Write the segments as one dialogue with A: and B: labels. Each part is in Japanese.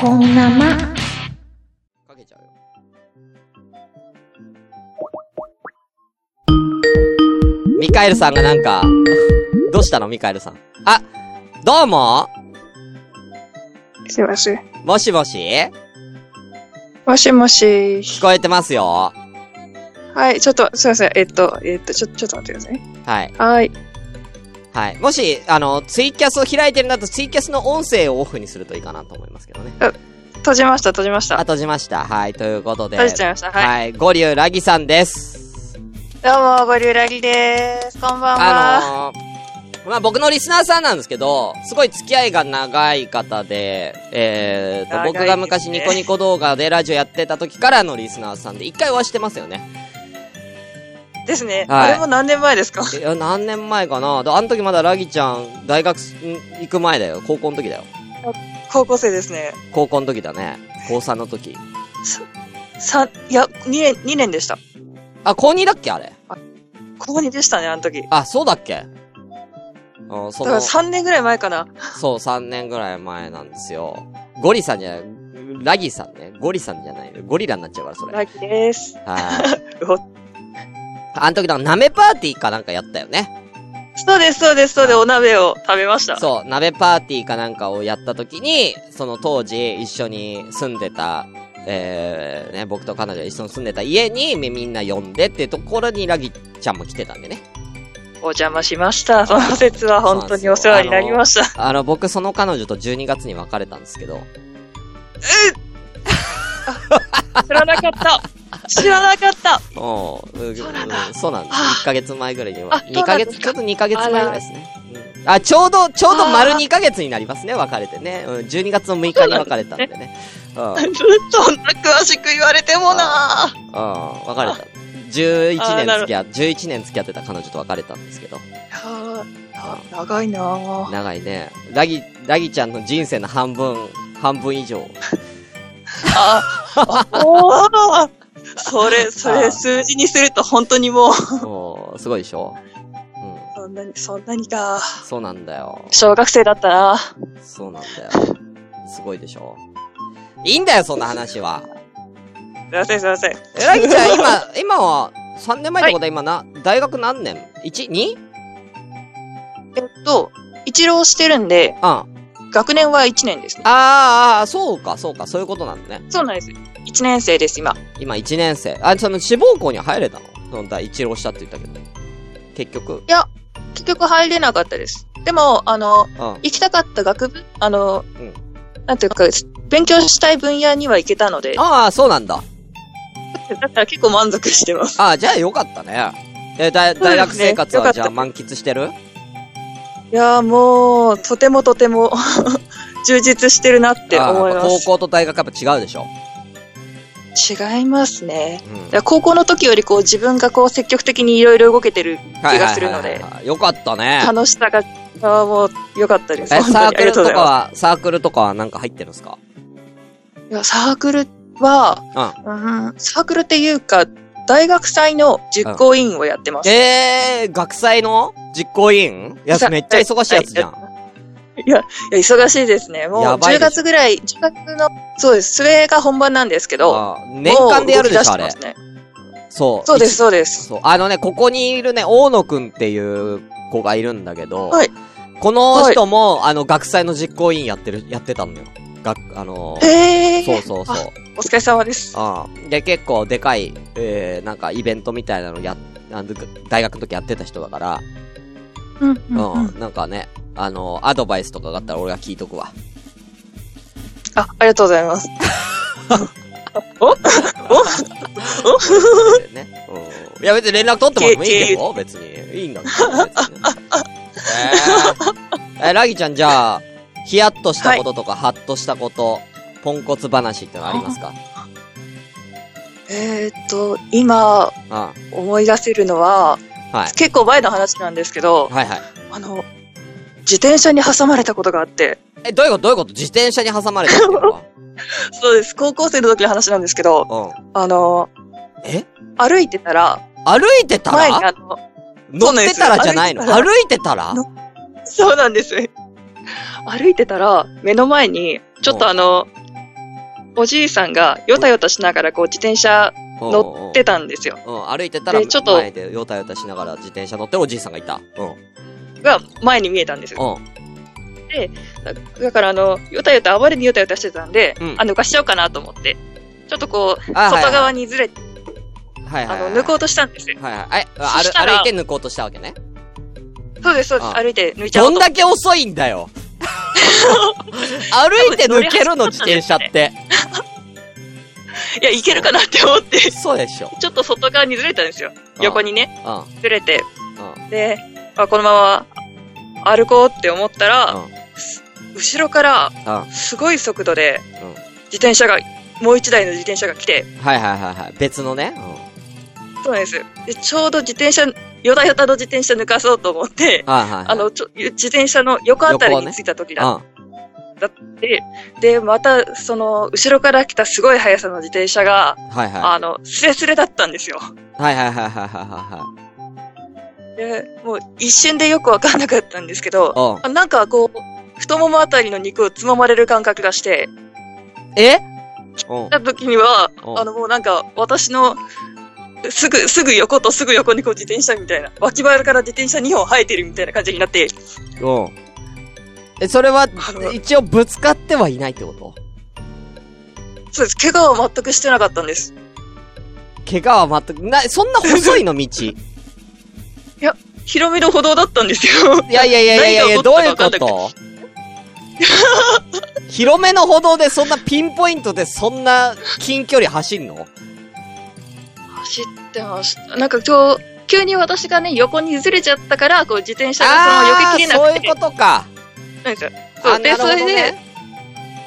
A: こんなま。
B: かけちゃうよ。ミカエルさんがなんか、 どうしたのミカエルさん。あ、どうも
C: すいません。
B: もしもし
C: もしもし。
B: 聞こえてますよ。
C: はい、ちょっと、すいません。えっと、えっと、ちょ、ちょっと待ってくださいね。
B: はい。
C: はい。
B: はい。もし、あの、ツイキャスを開いてるんだと、ツイキャスの音声をオフにするといいかなと思いますけどね。
C: 閉じました、閉じまし
B: あ、
C: た。
B: 閉じました。はい。ということで。
C: 閉じちゃいました。はい。
B: はい。ゴリュウラギさんです。
C: どうも、ボリューラギです。こんばんは。
B: あのー、まあ、僕のリスナーさんなんですけど、すごい付き合いが長い方で、えーと、
C: 長いですね
B: 僕が昔ニコニコ動画でラジオやってた時からのリスナーさんで、一回お会いしてますよ ね。
C: ですね。
B: は
C: あ
B: い
C: れも何年前ですか
B: いや、何年前かなであの時まだラギちゃん、大学すん行く前だよ。高校の時だよ。
C: 高校生ですね。
B: 高校の時だね。高3の時。
C: さ、いや、2年、2年でした。
B: あ、高2だっけあれ。
C: 高2でしたね、あの時。だ
B: あ、そうだっけうん、そ
C: から
B: の、
C: 3年ぐらい前かな。
B: そう、3年ぐらい前なんですよ。ゴリさんじゃない、ラギさんね。ゴリさんじゃない。ゴリラになっちゃうから、それ。はい。
C: ラギです。 うお
B: あの時、なんか鍋パーティーかなんかやったよね。
C: そうです、そうです、そうです。お鍋を食べました。
B: そう、鍋パーティーかなんかをやった時に、その当時一緒に住んでた、えー、ね、僕と彼女が一緒に住んでた家にみみんな呼んでっていうところにラギちゃんも来てたんでね。
C: お邪魔しました。その節は本当にお世話になりました。
B: あの、僕その彼女と12月に別れたんですけど、
C: 知らなかった。知らなかった。
B: おうう
C: そうなんだ
B: うそうなんです。
C: あ
B: 1ヶ月前ぐらいに
C: あ
B: は。
C: そうなんですか
B: 2ヶ月、ちょっと2ヶ月前ぐらいですね。うんあ、ちょうど、ちょうど丸
C: あー
B: 2ヶ月になりますね、別れてね。うん、12月の6日に別れたんでね。うん、うん、別れ
C: そんな詳しく言われてもなぁ。
B: た。11
C: あー
B: 年
C: なる
B: 付き合、11年付き合ってた彼女と別れたんですけど。
C: あーな長いなぁ。
B: 長いね。ラギ、ラギちゃんの人生の半分、半分以 上。
C: ああ、おー それ、そ
B: あー
C: れ、数字にすると本当にもう、
B: もう、すごいでしょうん。
C: そんなに、そんなにか。
B: そうなんだよ。
C: 小学生だったな
B: そうなんだよ。すごいでしょいいんだよ、そんな話は。
C: すいません、すいません。
B: えらぎちゃん、今、今は、3年前ってことは今な、大学何年 ?1?2?
C: えっと、一浪してるんで、
B: あん。
C: 学年は1年ですね。
B: あーあー、そうか、そうか、そういうことなんだね。
C: そうなんです。1年生です、今。
B: 今、1年生。あ、その、志望校には入れたのその、第一浪したって言ったけど。結局。
C: 結局入れなかったです。でも、あの、
B: うん。
C: 行きたかった学部あの、
B: ん
C: なんていうか、勉強したい分野には行けたので、
B: ああ、そうなんだ。
C: だから結構満足してます。
B: ああ、じゃあよかったね。え、大、大学生活
C: よか
B: は、
C: った
B: じゃあ満喫してる
C: いやーもう、とてもとても、 充実してるなって
B: ああ
C: 思い
B: やっぱ
C: ま
B: 高
C: す。
B: 校と大学やっぱ違うでしょ。
C: 違いますね。
B: うん
C: だから高校の時よりこう自分がこう積極的にいろいろ動けてる気がするの
B: はいはい
C: で
B: は、いはいよかったね。
C: 楽しさが、あーもう良かったで
B: え、
C: す。本
B: サ
C: 当
B: ー
C: にあ
B: ク
C: り
B: ル
C: がとうご
B: と
C: ざい
B: か
C: ま
B: は、サークルとかはなんか入ってるんですか
C: す。いやサークルは、
B: うん。
C: うん、サークルっていうか、大学祭の実行委員をやってます。
B: えー、学祭の実行委員いや
C: さ、
B: めっちゃ忙しいやつじゃん。
C: いや、いや忙しいですね。もう
B: やばいで
C: 10
B: しょ
C: 月ぐらい、10月の、そうです、末が本番なんですけど、
B: あー年間でやるでしょ、
C: も
B: あ
C: う動
B: れ
C: き出。てますね
B: そう。
C: そうです、そうです。
B: そう。あのね、ここにいるね、大野くんっていう子がいるんだけど、
C: はい
B: この人も、あの、学祭の実行委員やってる、やってたのよ。学、あのー
C: へえ。
B: そうそうそう。
C: お疲れ様です。
B: あーで、結構でかい、えー、なんかイベントみたいなのや、あの大学の時やってた人だから、
C: うん、う
B: うん
C: ん、うん。
B: なんかね、あのアドバイスとかがあったら俺が聞いとくわ。
C: あ、ありがとうございます。
B: ね。いや、別に連絡取ってもらってもいいけど、別に。いいんだ けど、別に。えー、え、ラギちゃん、じゃあ、ヒヤッとしたこととか、ハッとしたこと、ポンコツ話ってのありますか
C: えーっと、今、
B: あ
C: 思い出せるのは、
B: はい。
C: 結構前の話なんですけど、
B: はいはい。
C: あの、自転車に挟まれたことがあって、
B: え、どういうことどういうこと自転車に挟まれたっていうのは。
C: そうです、高校生の時の話なんですけど、
B: うん。
C: あの、
B: え
C: 歩いてたら、
B: 歩いてた
C: 前に
B: ら
C: あの、
B: 乗ってたらじゃないの
C: そうなん
B: 歩いてたら
C: のそうなんです。歩いてたら、目の前に、ちょっとあの、おじいさんがよたよたしながらこう自転車乗ってたんですよ。
B: うん、歩いてたら、
C: でちょっと
B: 前でヨタヨタしながら自転車乗ってるおじいさんがいた。うん。
C: が前に見えたんですよ。
B: う
C: だだからあの、よたよた、暴れによたよたしてたんで、
B: うん
C: あ、抜かしちゃおうかなと思って、ちょっとこう、
B: ん。あ、
C: 外側
B: に。
C: にずれて、
B: はいは
C: あ
B: いはい。
C: の、抜こうとしたんですよ。
B: はいはい。え、
C: そ
B: 歩
C: したら
B: 歩いて抜こうとしたわけね。
C: そうです、そうです。
B: あ
C: 歩いて抜いちゃお
B: ど
C: うんと。
B: だけ遅いん だよ。歩いて抜けるの、自転車って。
C: いや、いけるかなって思 って、
B: そうでしょ。
C: ちょっと外側にずれたんですよ。 横にね、
B: うん。うん。
C: ずれて。
B: うん。
C: で、あ、このまま歩こうって思ったら、
B: うん
C: 後ろから
B: うん。
C: すごい速度で、
B: うん
C: 自転車が、もう一台の自転車が来て、
B: はいはいはいはい。別のね。
C: そうなんです。で、ちょうど自転車、よだよだの自転車抜かそうと思って
B: う、ん。はいはいはい。
C: あの、ちょ、自転車の横あたりに着いた時だっ
B: うん。
C: て、で、また、その、後ろから来たすごい速さの自転車が、
B: はいは
C: あの、スレスレだったんですよ。
B: い。はいはいはいはいは
C: で、もう一瞬でよくわかんなかったんですけ
B: い
C: ど、
B: はい。
C: あなんかこう、太ももあたりの肉をつままれる感覚がして、
B: うん。えうん。
C: た時には、
B: うん
C: あのもうなんか私の、すぐ、すぐ横とすぐ横にこう自転車みたいな、脇腹から自転車2本生えてるみたいな感じになって、
B: うん。え、それは、
C: あの
B: 一応ぶつかってはいないってこと
C: そうです。怪我は全くしてなかったんです。
B: 怪我は全く、な、そんな細い の道。い
C: 広めの歩道だったんですよ。
B: やいやいやいやいやいや、
C: 何
B: どう
C: が
B: い
C: 起
B: う
C: こ
B: こ
C: ったか
B: と 広めの歩道でそんなピンポイントでそんな近距離走んの
C: 走ってました。なんか今日、急に私がね、横にずれちゃったから、こう自転車がその避けきれな
B: あー
C: く
B: そうい
C: て
B: う、ことか。
C: なんですよそ
B: あ、
C: うで、
B: なるほ
C: それ
B: ど
C: で、
B: ね。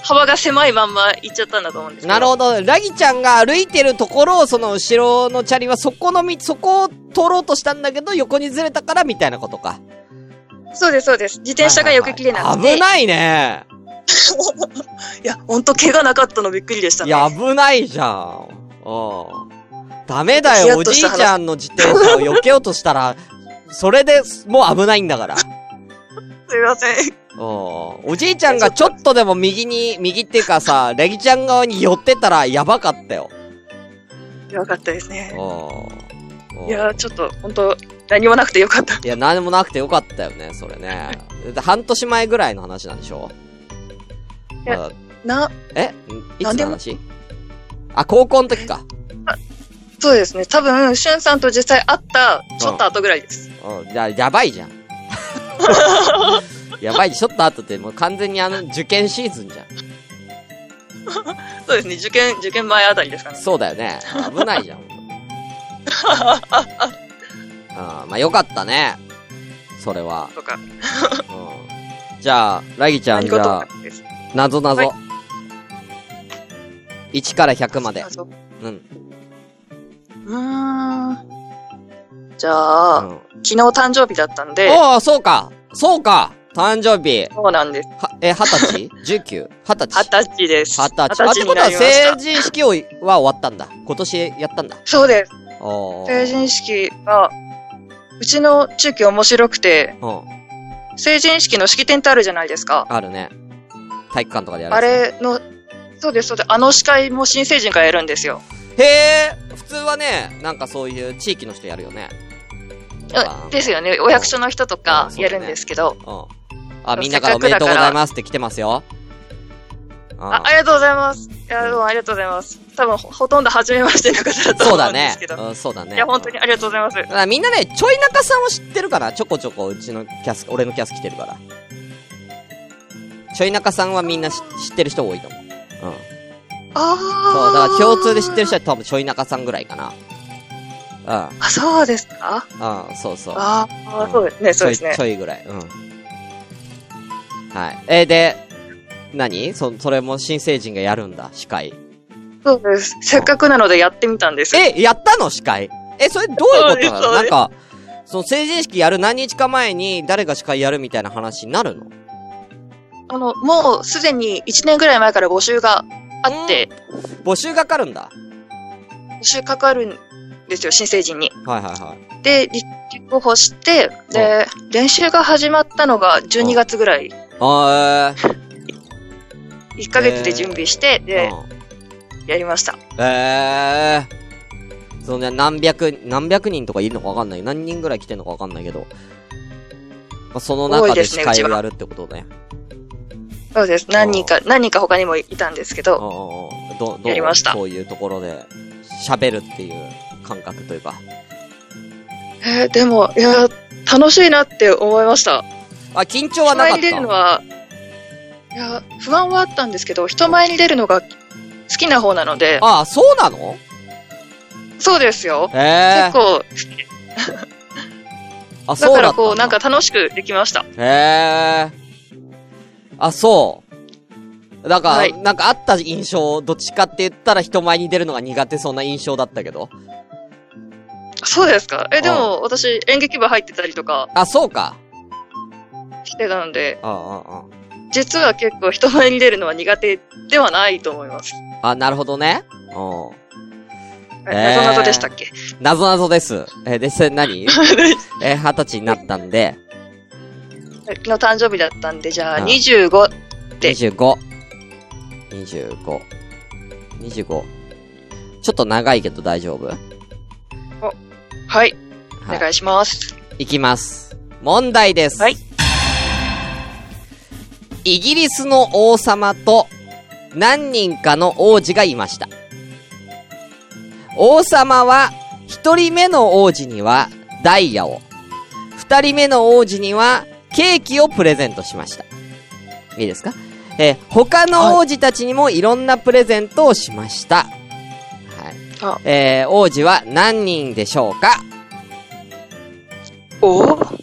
C: 幅が狭いまんま行っちゃったんだと思うんですけど。
B: なるほど。ラギちゃんが歩いてるところを、その後ろのチャリはそこの道、そこを通ろうとしたんだけど、横にずれたからみたいなことか。
C: そうです、そうです。自転車が避けきれなくて。
B: はいはいはい危ないね。
C: いや、ほんと怪我なかったのびっくりでした
B: い
C: ね。
B: や、危ないじゃん。うん。ダメだ
C: ヒヤ
B: よ、お
C: ッと
B: じい
C: した
B: ち
C: 話
B: ゃんの自転車を避けようとしたら、それで、もう危ないんだから。
C: すいません。
B: うん。おじいちゃんがちょっとでも右に、右っていうかさ、レギちゃん側に寄ってたらやばかったよ。
C: よかったです
B: う
C: ね。
B: ん。うん
C: いや、ちょっと、ほんと、何もなくてよかった。
B: いや、何もなくてよかったよね、それね。で半年前ぐらいの話なんでしょ
C: いや
B: まだ
C: な、
B: えんいつ
C: 何で
B: の
C: も
B: 話あ、高校の時か。
C: そうですね。多分、しゅんさんと実際会った、ちょっと後ぐらいです。
B: うん、や、やば いじゃん。やばい、ちょっと後って、もう完全にあの、受験シーズンじゃん。
C: そうですね。受験、受験前あたりですかね。
B: そうだよね。危ないじゃん。あまあよかったね。それは。
C: とか。
B: うん。じゃあ、ラギちゃん、
C: 何
B: じ
C: 事
B: ゃ
C: も
B: あ
C: な、くです。
B: なぞなぞ
C: は。
B: 1から100まで
C: あ。そう
B: うん。
C: うーん。じゃあ、
B: うん
C: 昨日誕生日だったんで、
B: おお、そうか。そうか。誕生日。
C: そうなんです。
B: は、え、二十歳十九二十
C: 二
B: 歳
C: 十歳です。
B: 二十歳。あ、って
C: に
B: こと
C: な
B: は
C: りました
B: 成人式をは終わったんだ。今年やったんだ。
C: そうです。
B: おー
C: 成人式が、うちの地域面白くて、
B: うん。
C: 成人式の式典ってあるじゃないですか。
B: あるね。体育館とかでやる。
C: あれの、そうです、そうです。あの司会も新成人がやるんですよ。
B: へえ、普通はね、なんかそういう地域の人やるよね。
C: あですよね。お役所の人とかやるんですけど。
B: うん。あ、みんなからおめでとうございますって来てますよ。
C: あありがとうございます。いや、どうもありがとうございます。多分、ほほとんど初めましての方だ
B: うん
C: と
B: そう
C: 思う
B: だ
C: んで
B: ね
C: すけ。ど。
B: うんそうだね。
C: いや、本当にありがとうございます。
B: だからみんなね、ちょい中さんを知ってるから、ちょこちょこうちのキャス、俺のキャス来てるから。ちょい中さんはみんなし知ってる人多いと思う。うん。
C: ああ。
B: そう、だから共通で知ってる人は多分ちょい中さんぐらいかな。
C: あ、そうですか
B: うん、うん、そうそう。
C: あ
B: う
C: あ
B: ん、
C: そうですね、そうです
B: ちょい、
C: ね
B: ち。ょいぐらい。うん。はい。えーで、何そ、それも新成人がやるんだ、司会。
C: そうです。せっかくなのでやってみたんです。
B: え、やったの司会え、それどういうことなの
C: そう
B: なん
C: です
B: か、その成人式やる何日か前に誰が司会やるみたいな話になるの
C: あの、もうすでに1年ぐらい前から募集があって、
B: 募集がかかるんだ。
C: 募集かかるんですよ、新成人に。
B: はいはいはい。
C: で、立候補して、で、練習が始まったのが12月ぐらい。
B: あー
C: 1ヶ月で準備して、
B: え
C: で、
B: ー。
C: やりました。
B: ええー。そのね、何百、何百人とかいるのかわかんない。何人ぐらい来てんのかわかんないけど。まあ、その
C: 多
B: 中
C: い
B: で
C: です
B: 司
C: ね
B: 会
C: うち
B: を
C: は
B: やるってことね。
C: そうです。何人か、何人か他にもいたんですけ
B: うん
C: ど、
B: うんうん。ど、ど
C: やりま
B: う、
C: した
B: そういうところで喋るっていう感覚というか。
C: えーでも、いやー、楽しいなって思いました。
B: あ、緊張はなかっ
C: 人前に出
B: た。
C: るのは、いや、不安はあったんですけど、人前に出るのが好きな方なので、
B: ああ、そうなの
C: そうですよ。
B: ええ
C: 結構、
B: あ、
C: だ
B: そう
C: か
B: だ
C: ら
B: ったん
C: こ
B: だ
C: う、なんか楽しくできました。
B: へえ。あ、そう。なんか、
C: はい
B: なんかあった印象、どっちかって言ったら人前に出るのが苦手そうな印象だったけど。
C: そうですか。え、でも、私、演劇部入ってたりとか
B: あ、そうか。
C: してたので、
B: ああ、あ
C: 実は結構人前に出るのは苦手ではないと思います。
B: あ。あ、なるほどね。う
C: はい
B: えー
C: 謎々でしたっけ
B: ん。なぞなぞです。えーで、それ何えー、二十歳になったんで、
C: 昨日誕生日だったんで、じゃあ
B: うん
C: 25、で
B: 25。25。25。ちょっと長いけど大丈夫。
C: はい、お
B: はい。
C: 願いします。
B: いきます。問題です。
C: はい。
B: イギリスの王様と何人かの王子がいました。王様は一人目の王子にはダイヤを、二人目の王子にはケーキをプレゼントしました。いいですかえー他の王子たちにもいろんなプレゼントをしました。は
C: あ
B: い。えー王子は何人でしょうか
C: おーおー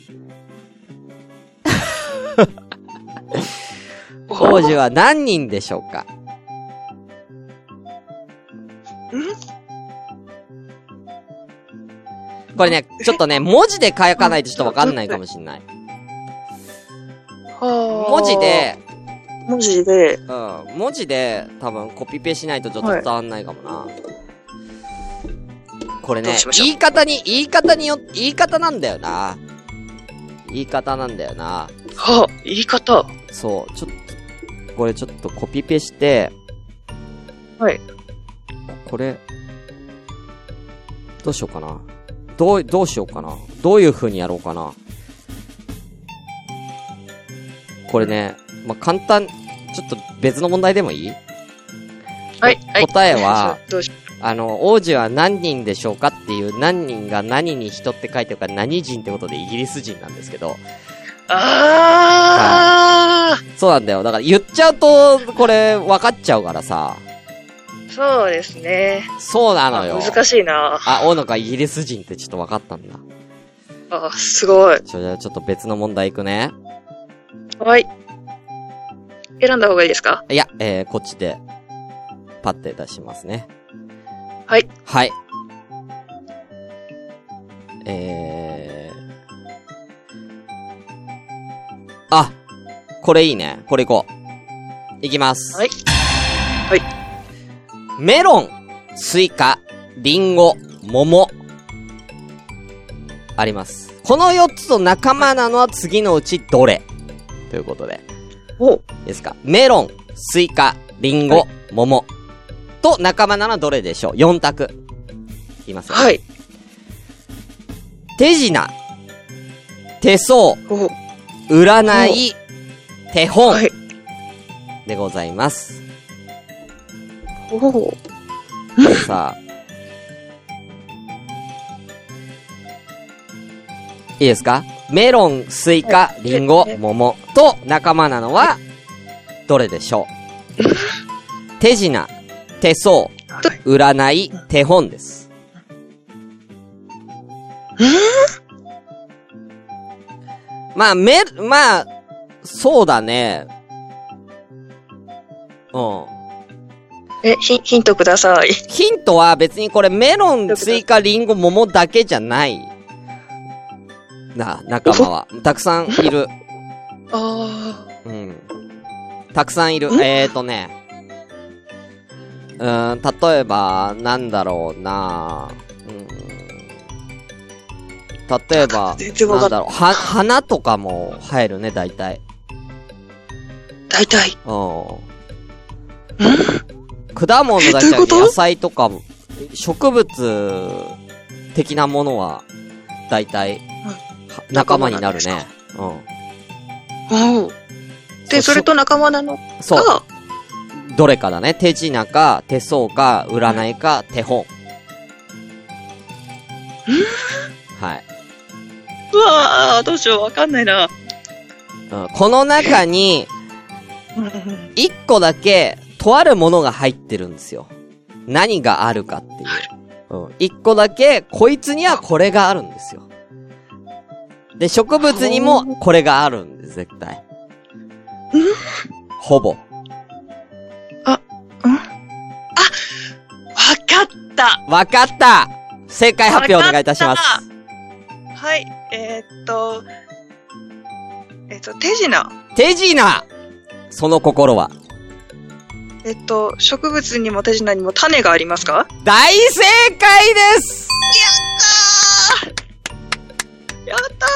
B: 王子は何人でしょうかこれね、ちょっとね、文字で書かないとちょっとわかんないかもしんない。文字、で、
C: はー文字で、
B: うん、文字で多分コピペしないとちょっと伝わんないかもな。これ
C: ど
B: ね
C: うし、ましょう
B: 言い方に、言い方によ、言い方なんだよな。言い方なんだよな。
C: はあ、言い方。
B: そう、ちょっと、これちょっとコピペして、
C: はい。
B: これ、どうしようかな。どう、どうしようかな。どういう風にやろうかな。これね、まあ、簡単、ちょっと別の問題でもいい
C: はい、はい。
B: 答えは、
C: どうしよ
B: あの、王子は何人でしょうかっていう、何人が何に人って書いてるから何人ってことでイギリス人なんですけど、
C: う。あ
B: そうなんだよ。だから言っちゃうと、これ分かっちゃうからさ、
C: ー、そうですね。
B: そうなのよ。
C: 難しいな。
B: あ、大野がイギリス人ってちょっと分かったんだ。
C: あ、すごい。
B: ちょ、じゃあちょっと別の問題いくね。
C: はい。選んだ方がいいですか
B: いや、えー、こっちで、パッて出しますね。
C: はい。
B: はい。えー。あ、これいいね。これいこう。いきます。
C: はいはい。
B: メロン、スイカ、リンゴ、桃。あります。この4つと仲間なのは次のうちどれということで。
C: お
B: いいですかメロン、スイカ、リンゴ、
C: は
B: 桃。と仲間ならどれでしょう ?4 択。言いますよ。
C: はい。
B: 手品、手相、
C: お
B: 占い、手本
C: はい。
B: でございます。
C: おお
B: さあ。いいですかメロン、スイカ、リンゴ
C: ええ、
B: 桃と仲間なのは、どれでしょ う手品、手相、占い、手本です。まあ、め、まあ、そうだね。うん。
C: え、ヒヒントください。
B: ヒントは別にこれメロン、スイカ、リンゴ、桃だけじゃない。な、仲間は。たくさんいる。
C: ああ。
B: うん。たくさんいる。
C: ん
B: えーとね。うーん、例えば、なんだろうなうん。例えば、
C: 全然わか
B: なん
C: んな
B: だ
C: い。
B: ろう、は、花とかも入るね、大体。
C: 大体。
B: うん。果物だけじゃなくて
C: どういうこと
B: 野菜とか、植物的なものは、だいたい、仲間になるね。う
C: うん。で、
B: そう
C: それと仲間なのが、
B: ん。そう。どれかだね。手品か、手相か、占いか、手本。はい。
C: うわー、どうしよう、わかんないな。
B: うん、この中に、
C: うんうん
B: 一個だけ、とあるものが入ってるんですよ。何があるかっていう。うん。一個だけ、こいつにはこれがあるんですよ。で、植物にもこれがあるんです、絶対。ほぼ。
C: わかった
B: わかった正解発表お願いいたします。
C: はい、えーっと、えーっと、手品。
B: 手品その心は。
C: えっと、植物にも手品にも種がありますか
B: 大正解です
C: やった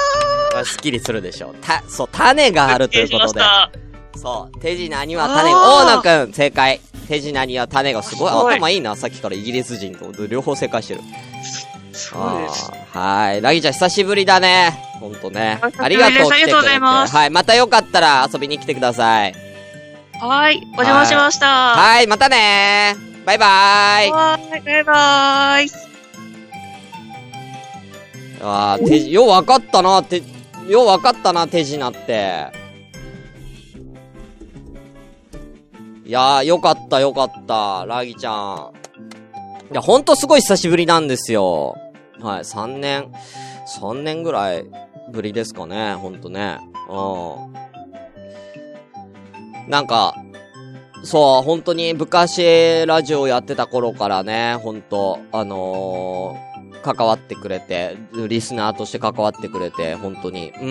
B: まあ、スッキリするでしょう。た、そう、種が
C: ー
B: あるということで。
C: 発
B: そう、手品には種
C: あ
B: が、
C: ー
B: 大野くん、正解。手品には種が、すごい、
C: すごい
B: 頭いいな、さっきからイギリス人と、両方正解してる。
C: 見しましたそう
B: あ
C: です。
B: ーはーい。ラギちゃん、久しぶりだね。ほんとね
C: お久し。ぶりです
B: ありがとう、
C: ありがとうございます
B: 来てくれてはい、またよかったら遊びに来てください。
C: はい、お邪魔しました。は
B: はい、またねー。バイバーイ。
C: ーい、バイバーイ。
B: あー手、よう分かったな、手、よう分かったな、手品って。いやー、よかった、よかった、ラギちゃん。いや、ほんとすごい久しぶりなんですよ。はい、3年、3年ぐらいぶりですかね、ほんとね。うん。なんか、そう、本当に昔ラジオやってた頃からね、本当あのー、関わってくれて、リスナーとして関わってくれて、本当に、う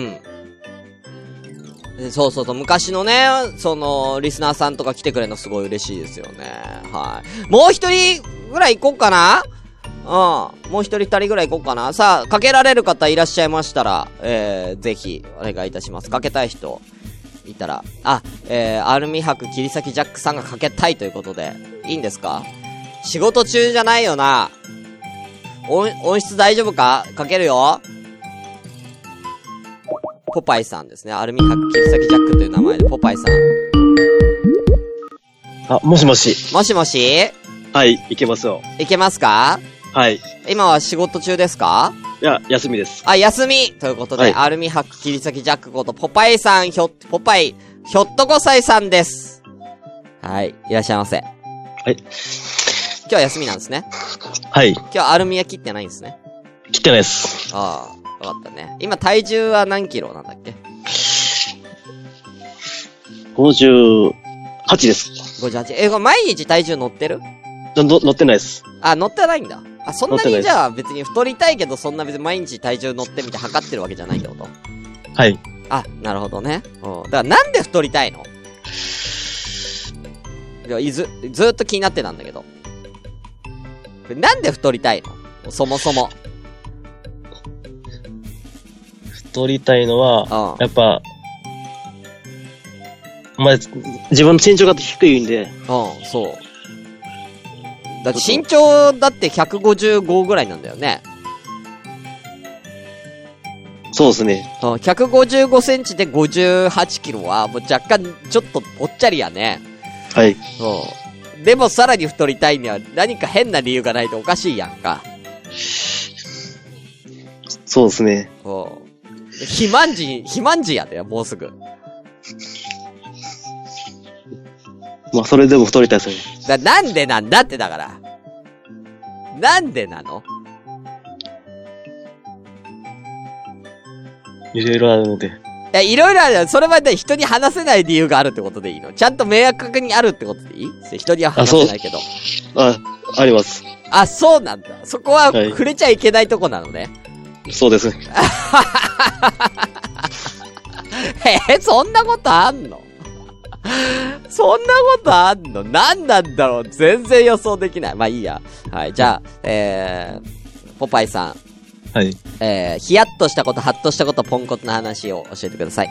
B: ん。そうそうそう、昔のね、その、リスナーさんとか来てくれるのすごい嬉しいですよね。はい。もう一人ぐらい行こうかなうん。もう一人二人ぐらい行こうかな。さあ、かけられる方いらっしゃいましたら、えー、ぜひ、お願いいたします。かけたい人、いたら。あ、えー、アルミ箔切り裂きジャックさんがかけたいということで、いいんですか仕事中じゃないよな。音、音質大丈夫かかけるよ。ポパイさんですね。アルミ箔切り裂きジャックという名前で、ポパイさん。
A: あ、もしもし。
B: もしもし
A: はい、いけますよ。
B: いけますか
A: はい。い
B: 今は仕事中ですか
A: や、休みです。
B: あ、休みということで、
A: はい
B: アルミ箔切り裂きジャックこと、ポパイさん、ひょ、ポパイ、ひょっとこさいさんです。はい、いらっしゃいませ。はい今日は休みなんですね。
A: はい。
B: 今日はアルミは切ってないんですね。
A: 切ってないです。
B: ああ、よかったね。今体重は何キロなんだっけ
A: 58です。
B: ?58。え、これ毎日体重乗ってる
A: の、の乗ってないです。
B: あ、乗ってないんだ。あ、そんな
A: 乗ってな
B: に
A: い
B: じゃあ別に太りたいけど、そんな別に毎日体重乗ってみて測ってるわけじゃないってこと
A: はい。
B: あ、なるほどね。うん。だからなんで太りたいのいや、いず、ずーっと気になってたんだけど。なんで太りたいのそもそも。
A: 太りたいのは
B: う、ん
A: やっぱ、まあ、自分の身長が低いんで、
B: うん、そう。だって身長だって155ぐらいなんだよね。
A: そうですね。
B: うん、155センチで58キロは、もう若干、ちょっと、ぽっちゃりやね。
A: はい。
B: うん。でもさらに太りたいには、何か変な理由がないとおかしいやんか。
A: そうですね。
B: うん。肥満児、肥満児やで、もうすぐ。
A: まあ、それでも太りたいですね。
B: だ、なんでなんだってだから。なんでなの
A: いろいろあるので。
B: いや、いろいろあるよそれまで人に話せない理由があるってことでいいのちゃんと明確にあるってことでいい人には話せないけど。
A: あ、あります。
B: あ、そうなんだ。そこは
A: はい
B: 触れちゃいけないとこなのね。
A: そうですね。
B: えーそんなことあんの そんなことあんの何なんだろう全然予想できない。まあいいや。はい、じゃあ、えー、ポパイさん、
A: はい。
B: えー、ヒヤッとしたこと、ハッとしたこと、ポンコツの話を教えてください。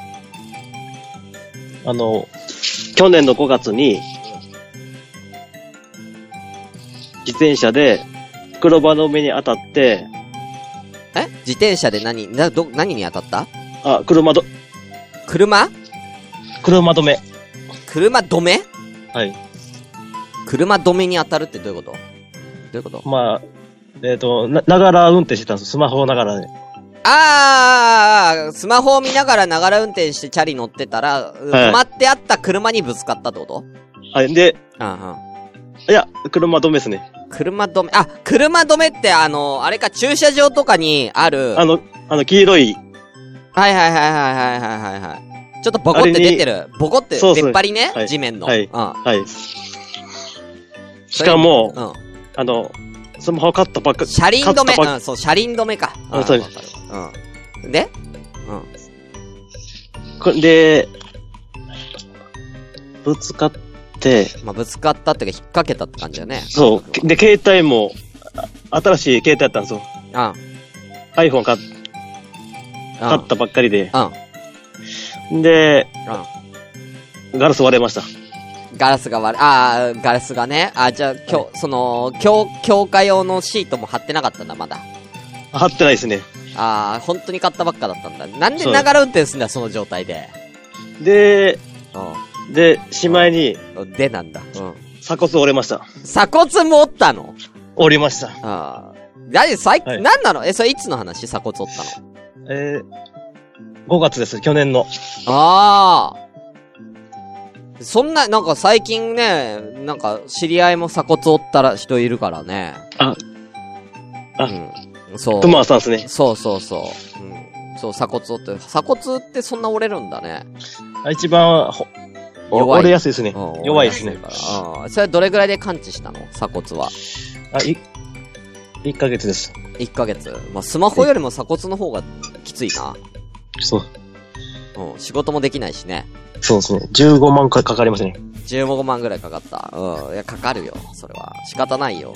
A: あの、去年の5月に、自転車で、黒場の目に当たって、
B: え自転車で何、な、ど、何に当たった
A: あ、車ど、
B: 車
A: 車止め。
B: 車止め
A: はい。
B: 車止めに当たるってどういうことどういうこと
A: まあ、えっ、と、な、ながら運転してたんです。スマホながらで。
B: あー、スマホを見ながらながら運転してチャリ乗ってたら、止まってあった車にぶつかったってこと
A: はい。で、
B: うんうん。
A: いや、車止めですね。
B: 車止め、あ、車止めってあの、あれか、駐車場とかにある、
A: あの、あの、黄色い、
B: はいはいはいはいはいはいはいはい。ちょっとボコって
A: あれに
B: 出てる。ボコって、
A: そうそう
B: 出っ張りね、
A: はい
B: 地面の。
A: はい
B: うん。
A: はい。しかも、
B: うん。
A: あの、スマホ買ったばっか、
B: 車輪止め、
A: 買ったばっ
B: うん、そう、車輪止めか。
A: あ
B: ん
A: そうです
B: わかるうん。でうん。
A: こで、ぶつかって、
B: まあ、ぶつかったっていうか、引っ掛けたって感じだね。
A: そう。けで、携帯も、あ新しい携帯やったんですよ。
B: うん。うん。
A: iPhone 買っ買ったばっかりで。
B: うん。うん。
A: で、ガラス割れました。
B: ガラスが割れ、あーガラスがね。あ、じゃあ、きょ、その、強、強化用のシートも貼ってなかったんだ、まだ。
A: 貼ってないですね。
B: あー本当に買ったばっかだったんだ。なんで
A: そう
B: ながら運転すんだ、その状態で。
A: で、
B: う
A: で、しまいに、
B: ん。でなんだ。うん。
A: 鎖骨折れました。
B: 鎖骨も折ったの
A: 折りました。
B: ああ。何、最、
A: はい
B: 何なのえ、それいつの話鎖骨折ったの
A: えー、5月です、去年の。
B: ああ。そんな、なんか最近ね、なんか知り合いも鎖骨折ったら人いるからね。
A: あ。あ
B: うん。そう。
A: トマーさんですね。
B: そうそうそう。うん。そう、鎖骨折って。鎖骨ってそんな折れるんだね。
A: あ一番、ほ
B: 弱い
A: 折れやすいですね
B: うん。
A: 弱いですね
B: 折れ。やすいからうん。それはどれぐらいで完治したの鎖骨は。
A: あ、い、1ヶ月です。
B: 1ヶ月。まあ、スマホよりも鎖骨の方がきついな。
A: そう。
B: うん。仕事もできないしね。
A: そうですね。15万かかかりますね。
B: 15万ぐらいかかった。うん。いや、かかるよ。それは。仕方ないよ。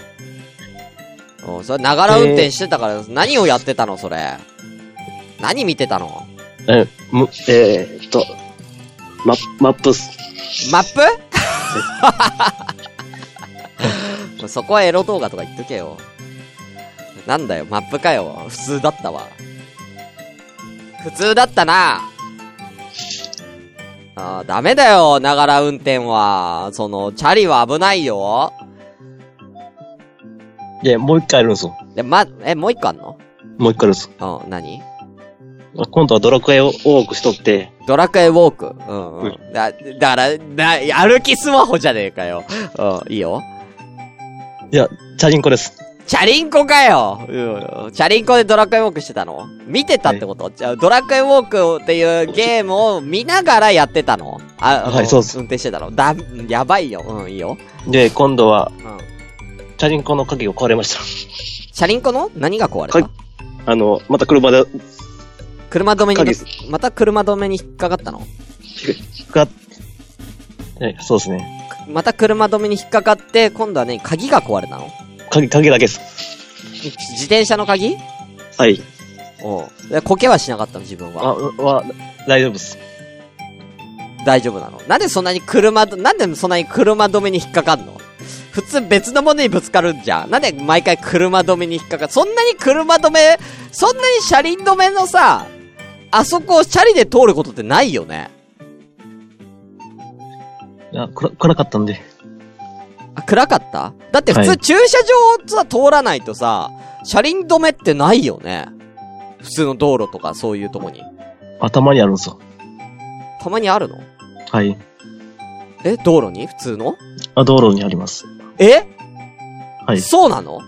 B: うん。それ、ながら運転してたから、何をやってたのそれ。何見てたの
A: え、む、えーっと、マ、マップス。
B: マ ップそこはエロ動画とか言っとけよ。なんだよ、マップかよ。普通だったわ。普通だったな。ああ、ダメだよ、ながら運転は。その、チャリは危ないよ。
A: いや、もう一回あるんですよ。
B: で、ま、え、もう一個あんの
A: もう一回あるんです
B: うん、何
A: よ。今度はドラクエを多くしとって、
B: ドラクエウォーク。うん、うん。だ、だから、な、歩きスマホじゃねえかよ。うん、いいよ。
A: いや、チャリンコです。
B: チャリンコかよ、うん、チャリンコでドラクエウォークしてたの見てたってこと、じゃあドラクエウォークっていうゲームを見ながらやってたのあ、あの
A: はいそうです
B: 運転してたのだ、やばいよ。うん、いいよ。
A: で、今度は
B: う、ん。
A: チャリンコの鍵が壊れまし
B: チャリンコの何が壊れた、
A: かた。あの、また車で、
B: 車止めに
A: 鍵
B: な
A: です、
B: また車止めに引っかかったの
A: が、はい、そうですね。
B: また車止めに引っかかって、今度はね、鍵が壊れたの
A: 鍵、鍵だけです。
B: 自転車の鍵
A: はい。
B: おうでこけはしなかったの、自分は。
A: あ、うは、大丈夫です。
B: 大丈夫なのなんでそんなに車ど、なんでそんなに車止めに引っかかんの普通別のものにぶつかるんじゃん。なんで毎回車止めに引っかかるそんなに車止め、そんなに車輪止めのさ、あそこをチャリで通ることってないよね。
A: あ、暗、暗かったんで。
B: あ、暗かっただって普
A: は
B: 通
A: い
B: 駐車場をさ、通らないとさ、車輪止めってないよね。普通の道路とかそういうとこに。
A: 頭にあるんですよ。
B: たまにあるの
A: はい。
B: え道路に普通の
A: あ、道路にあります。
B: え
A: はい。
B: そうなの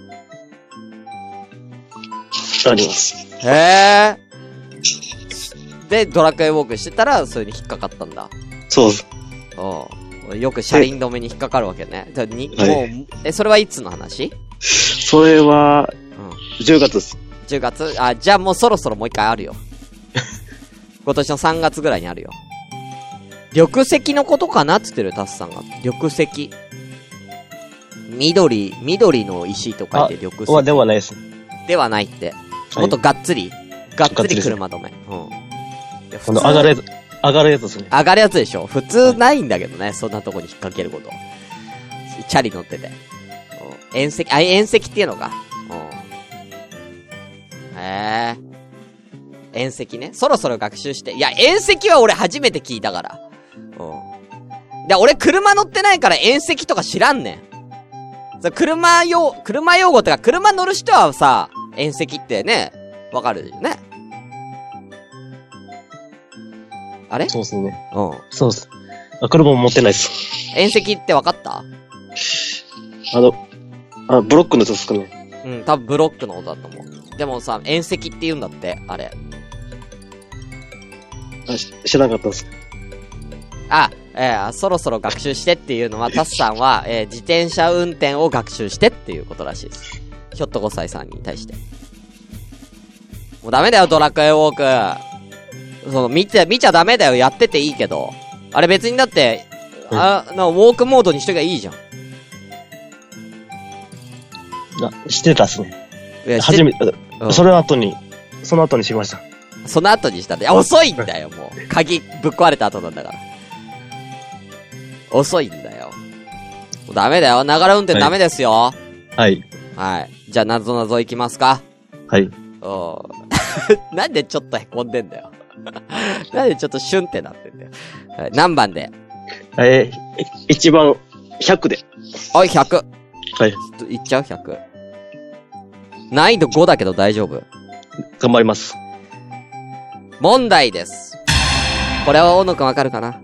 A: あります。
B: へえ。で、ドラクエウォークしてたら、それに引っかかったんだ。
A: そうです。
B: うん。よく車輪止めに引っかかるわけね。じゃあに、
A: はい
B: もう、え、それはいつの話
A: それは、
B: うん。
A: 10月です。
B: 10月あ、じゃあもうそろそろもう一回あ るよ。今年の3月ぐらいにあるよ。緑石のことかなって言ってるよ、タスさんが。緑石。緑、緑の石と書いて緑石。
A: は、ではないです。
B: ではないって。
A: い
B: もっとがっつり。がっつ
A: がっつり
B: り
A: です
B: 車止め。うん。いや
A: あの、上がるやつ、上がるやつですね。
B: 上がるやつでしょ普通ないんだけどね、そんなとこに引っ掛けること。チャリ乗ってて。うん遠石、あ、遠石っていうのか。うん。へえ。遠石ね。そろそろ学習して。いや、遠石は俺初めて聞いたから。うん。で、俺車乗ってないから遠石とか知らんねん。そう車用、車用語とか、車乗る人はさ、遠石ってね、わかるよね。あれ
D: そうっすね。
B: うん。
D: そうっす。あ、車も持ってないっす。
B: 遠石ってわかった
D: あの、あ、ブロックのやつっすかね。
B: うん、多分ブロックのことだと思う。でもさ、遠石って言うんだって、あれ。
D: あ、し知らなかったっす。
B: あ、えーそろそろ学習してっていうのは、タスさんは、えー自転車運転を学習してっていうことらしいです。ひょっと5歳さんに対して。もうダメだよ、ドラクエウォーク。その、見て、見ちゃダメだよ、やってていいけど。あれ別にだって、あ、な、ウォークモードにしときゃいいじゃん。
D: あ、知ってたっすね。
B: いや
D: 初めて、
B: うん
D: それの後に、その後に知りました。
B: その後にしたんだよ。遅いんだよ、もう。鍵ぶっ壊れた後なんだから。遅いんだよ。もうダメだよ。ながら運転ダメですよ。は
D: はい。
B: い。じゃあ、なぞなぞいきますか。
D: はい。
B: うん。 なんでちょっとへこんでんだよ。 なんでちょっとシュンってなってんだよ。はい何番で
D: えー、一番、100で。
B: おい、100。
D: はい。
B: いっちゃう ?100。難易度5だけど大丈夫。
D: 頑張ります。
B: 問題です。これは大野くんわかるかな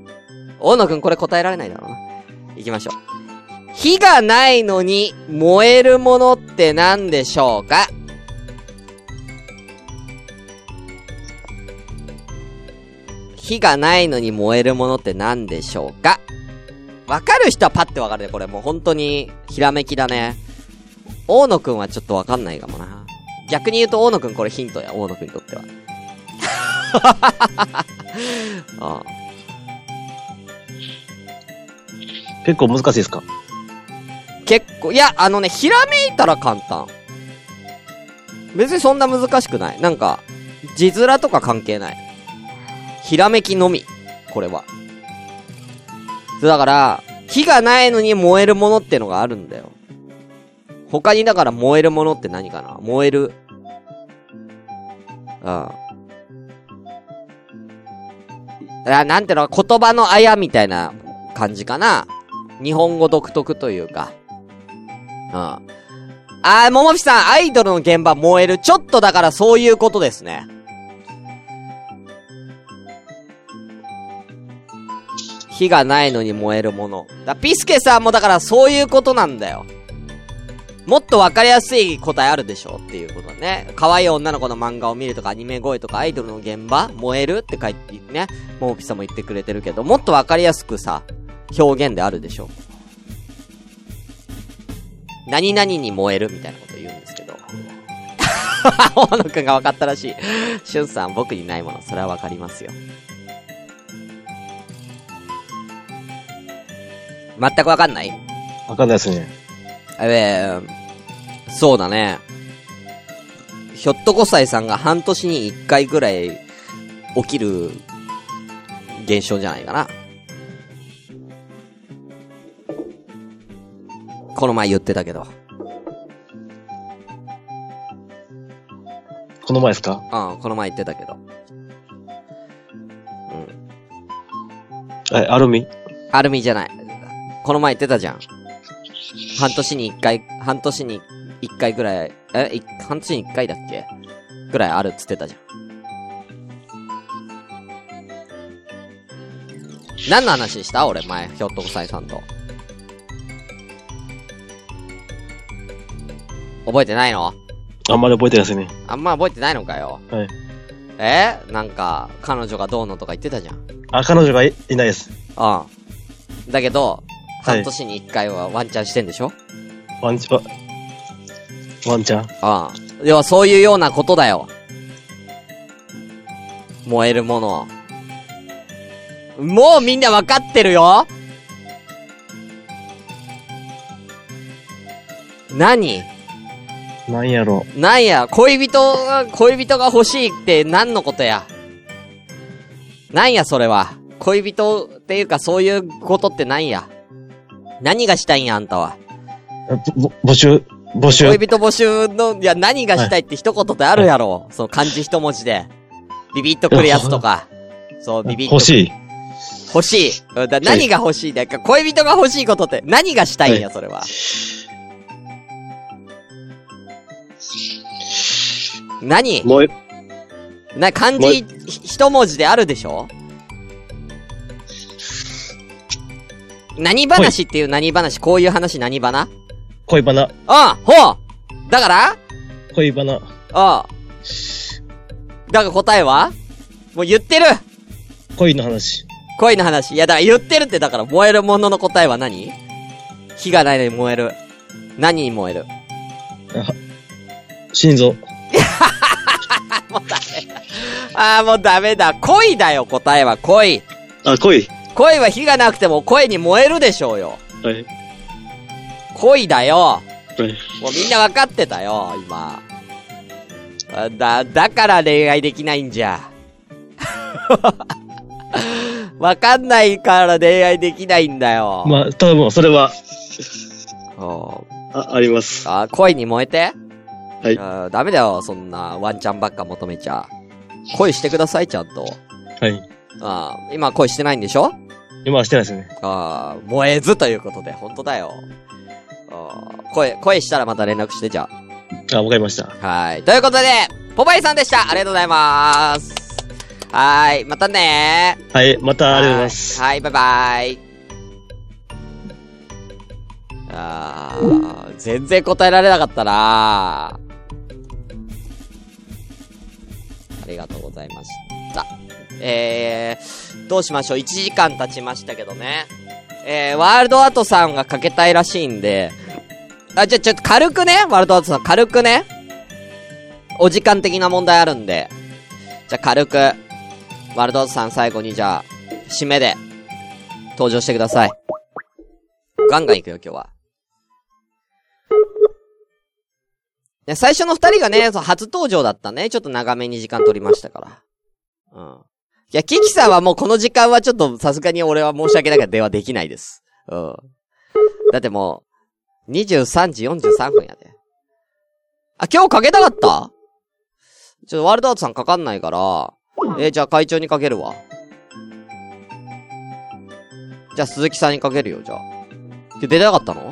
B: 大野くんこれ答えられないだろうな。行きましょう。火がないのに燃えるものって何でしょうか火がないのに燃えるものって何でしょうかわかる人はパッてわかるね。これもう本当に、ひらめきだね。大野くんはちょっとわかんないかもな。逆に言うと大野くんこれヒントや。大野くんにとっては。ああ
D: 結構難しいですか
B: 結構、いや、あのね、ひらめいたら簡単。別にそんな難しくない。なんか、字面とか関係ない。ひらめきのみ。これは。そうだから、火がないのに燃えるものってのがあるんだよ。他にだから燃えるものって何かな燃える。うん。あ、なんていうの言葉のあやみたいな感じかな。日本語独特というか。うん。あー、ももぴさん、アイドルの現場燃える。ちょっとだからそういうことですね。火がないのに燃えるもの。だピスケさんもだからそういうことなんだよ。もっとわかりやすい答えあるでしょっていうことね。可愛い女の子の漫画を見るとか、アニメ声とか、アイドルの現場燃えるって書いてね、ももぴさんも言ってくれてるけど、もっとわかりやすくさ、表現であるでしょう。何々に燃えるみたいなこと言うんですけど。 大野くんが分かったらしい。しゅんさん、僕にないもの、それは分かりますよ。全く分かんない
D: わかんないですね。
B: えー、そうだね。ひょっとこさいさんが半年に一回ぐらい起きる現象じゃないかな。この前言ってたけど。
D: この前ですか
B: うん、この前言ってたけど。
D: え、アルミ
B: アルミじゃない。この前言ってたじゃん。半年に一回、半年に一回ぐらい、え、い半年に一回だっけぐらいあるっつってたじゃん。何の話した俺前、ひょっとこさいさんと。覚えてないの
D: あんまり覚えてないですね。
B: あんま覚えてないのかよ。
D: はい。
B: えなんか、彼女がどうのとか言ってたじゃん。
D: あ、彼女がいいないです。
B: うん。だけど、
D: はい
B: 半年に一回はワンチャンしてんでしょ、
D: ワンチパ、ワンちゃん
B: うん。要はそういうようなことだよ。燃えるもの。もうみんなわかってるよ何
D: なんやろ
B: なんや、恋人が、恋人が欲しいって何のことや。なんや、それは。恋人っていうか、そういうことってなんや。何がしたいんや、あんたは。
D: う。ぼぼ募集、募集。
B: 恋人募集の、いや、何がしたいって一言ってあるやろ。その漢字一文字で。ビビッとくるやつとか。そう、ビビッと。
D: 欲しい。
B: 欲しい。うんだ何が欲しいだか恋人が欲しいことって何がしたいんや、それは。何
D: もう、
B: な、漢
D: もう
B: 字ひ一文字であるでしょ何話っていう何話こういう話何話
D: 恋バナ、
B: ああほうだから
D: 恋バナ、
B: ああ。だから答えはもう言ってる
D: 恋の話。
B: 恋の話。いや、だから言ってるって、だから燃えるものの答えは何火がないのに燃える。何に燃える
D: 心臓。
B: ああ、もうダメだ。恋だよ、答えは恋。
D: あ、恋。
B: 恋は火がなくても恋に燃えるでしょうよ。
D: はい。
B: 恋だよ。
D: はい。
B: もうみんな分かってたよ、今。あだ、だから恋愛できないんじゃ。 分かんないから恋愛できないんだよ。
D: まあ、ただもう、それは、
B: おう
D: あ、あります。
B: あ、恋に燃えて
D: はい
B: あーダメだよ、そんな、ワンチャンばっか求めちゃ。恋してください、ちゃんと。
D: はい。
B: あー今恋してないんでしょ
D: 今はしてないですね。
B: あー燃えずということで、本当だよ。あー恋、恋したらまた連絡して、じゃ
D: あ、わかりました。
B: あ。はい。ということで、ポパイさんでしたありがとうございますはーい、またねー
D: はい、またありがとうございます。
B: はい、バイバイ。あー、全然答えられなかったなありがとうございました。えー、どうしましょう ?1 時間経ちましたけどね。えー、ワールドアートさんがかけたいらしいんで、あ、じゃあちょっと軽くね、ワールドアートさん軽くね、お時間的な問題あるんで、じゃあ軽く、ワールドアートさん最後にじゃあ、締めで、登場してください。ガンガン行くよ、今日は。ね、最初の二人がね、そう初登場だったね。ちょっと長めに時間取りましたから。うん。いや、キキさんはもうこの時間はちょっとさすがに俺は申し訳ないから電話できないです。うん。だってもう、23時43分やで。あ、今日かけたかったちょっとワールドアートさんかかんないから、えーじゃあ会長にかけるわ。じゃあ鈴木さんにかけるよ、じゃあ。今日出てなかったの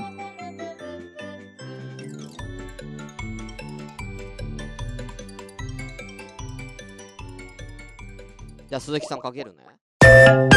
B: じゃあ鈴木さんかけるね。